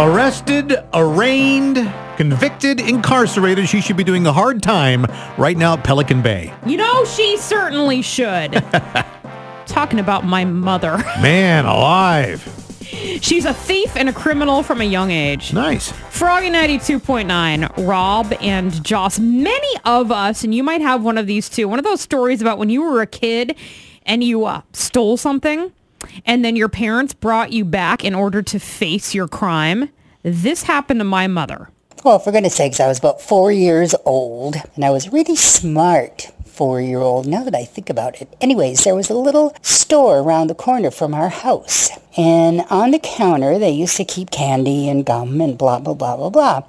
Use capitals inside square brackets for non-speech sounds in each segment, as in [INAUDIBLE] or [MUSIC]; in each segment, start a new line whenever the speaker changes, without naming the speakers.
Arrested, arraigned, convicted, incarcerated. She should be doing a hard time right now at Pelican Bay.
You know, she certainly should. Talking about my mother. [LAUGHS]
Man alive.
She's a thief and a criminal from a young age.
Nice.
Froggy 92.9, Rob and Joss. Many of us, and you might have one of these too, one of those stories about when you were a kid and you uh, stole something and then your parents brought you back in order to face your crime. This happened to my mother.
Well, for goodness sakes, I was about four years old, and I was really smart four-year-old now that I think about it. Anyways, there was a little store around the corner from our house, and on the counter they used to keep candy and gum and blah, blah, blah, blah, blah.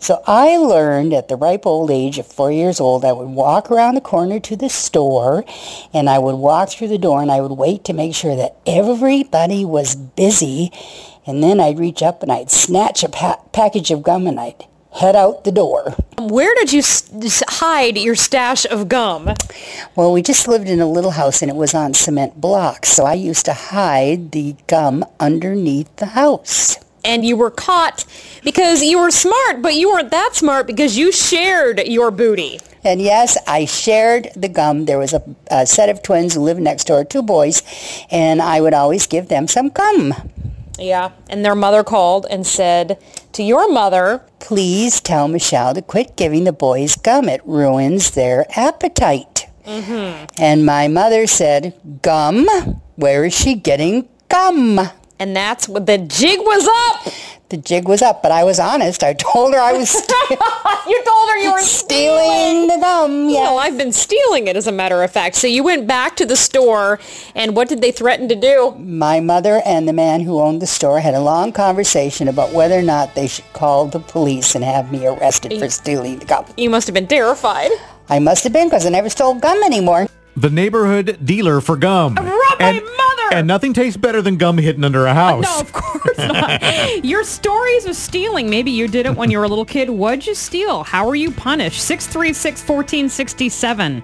So I learned at the ripe old age of four years old, I would walk around the corner to the store and I would walk through the door and I would wait to make sure that everybody was busy. And then I'd reach up and I'd snatch a pa- package of gum and I'd head out the door.
Where did you s- s- hide your stash of gum?
Well, we just lived in a little house and it was on cement blocks. So I used to hide the gum underneath the house.
And you were caught because you were smart, but you weren't that smart because you shared your booty.
And yes, I shared the gum. There was a, a set of twins who lived next door, two boys, and I would always give them some gum.
Yeah. And their mother called and said to your mother,
Please tell Michelle to quit giving the boys gum. It ruins their appetite. And my mother said, gum? Where is she getting gum?
and that's what the jig was
[LAUGHS]
up.
The jig was up, but I was honest. I told her [LAUGHS] I was st-
You told her you were
stealing the gum. Yeah.
No, I've been stealing it as a matter of fact. So you went back to the store and what did they threaten to do?
My mother and the man who owned the store had a long conversation about whether or not they should call the police and have me arrested for stealing the gum.
You must have been terrified.
I must have been because I never stole gum anymore.
The neighborhood dealer for gum.
robbed my mother!
And nothing tastes better than gum hidden under a house.
No, of course not. Your stories of stealing. Maybe you did it when you were a little kid. What'd you steal? How were you punished? 636-1467.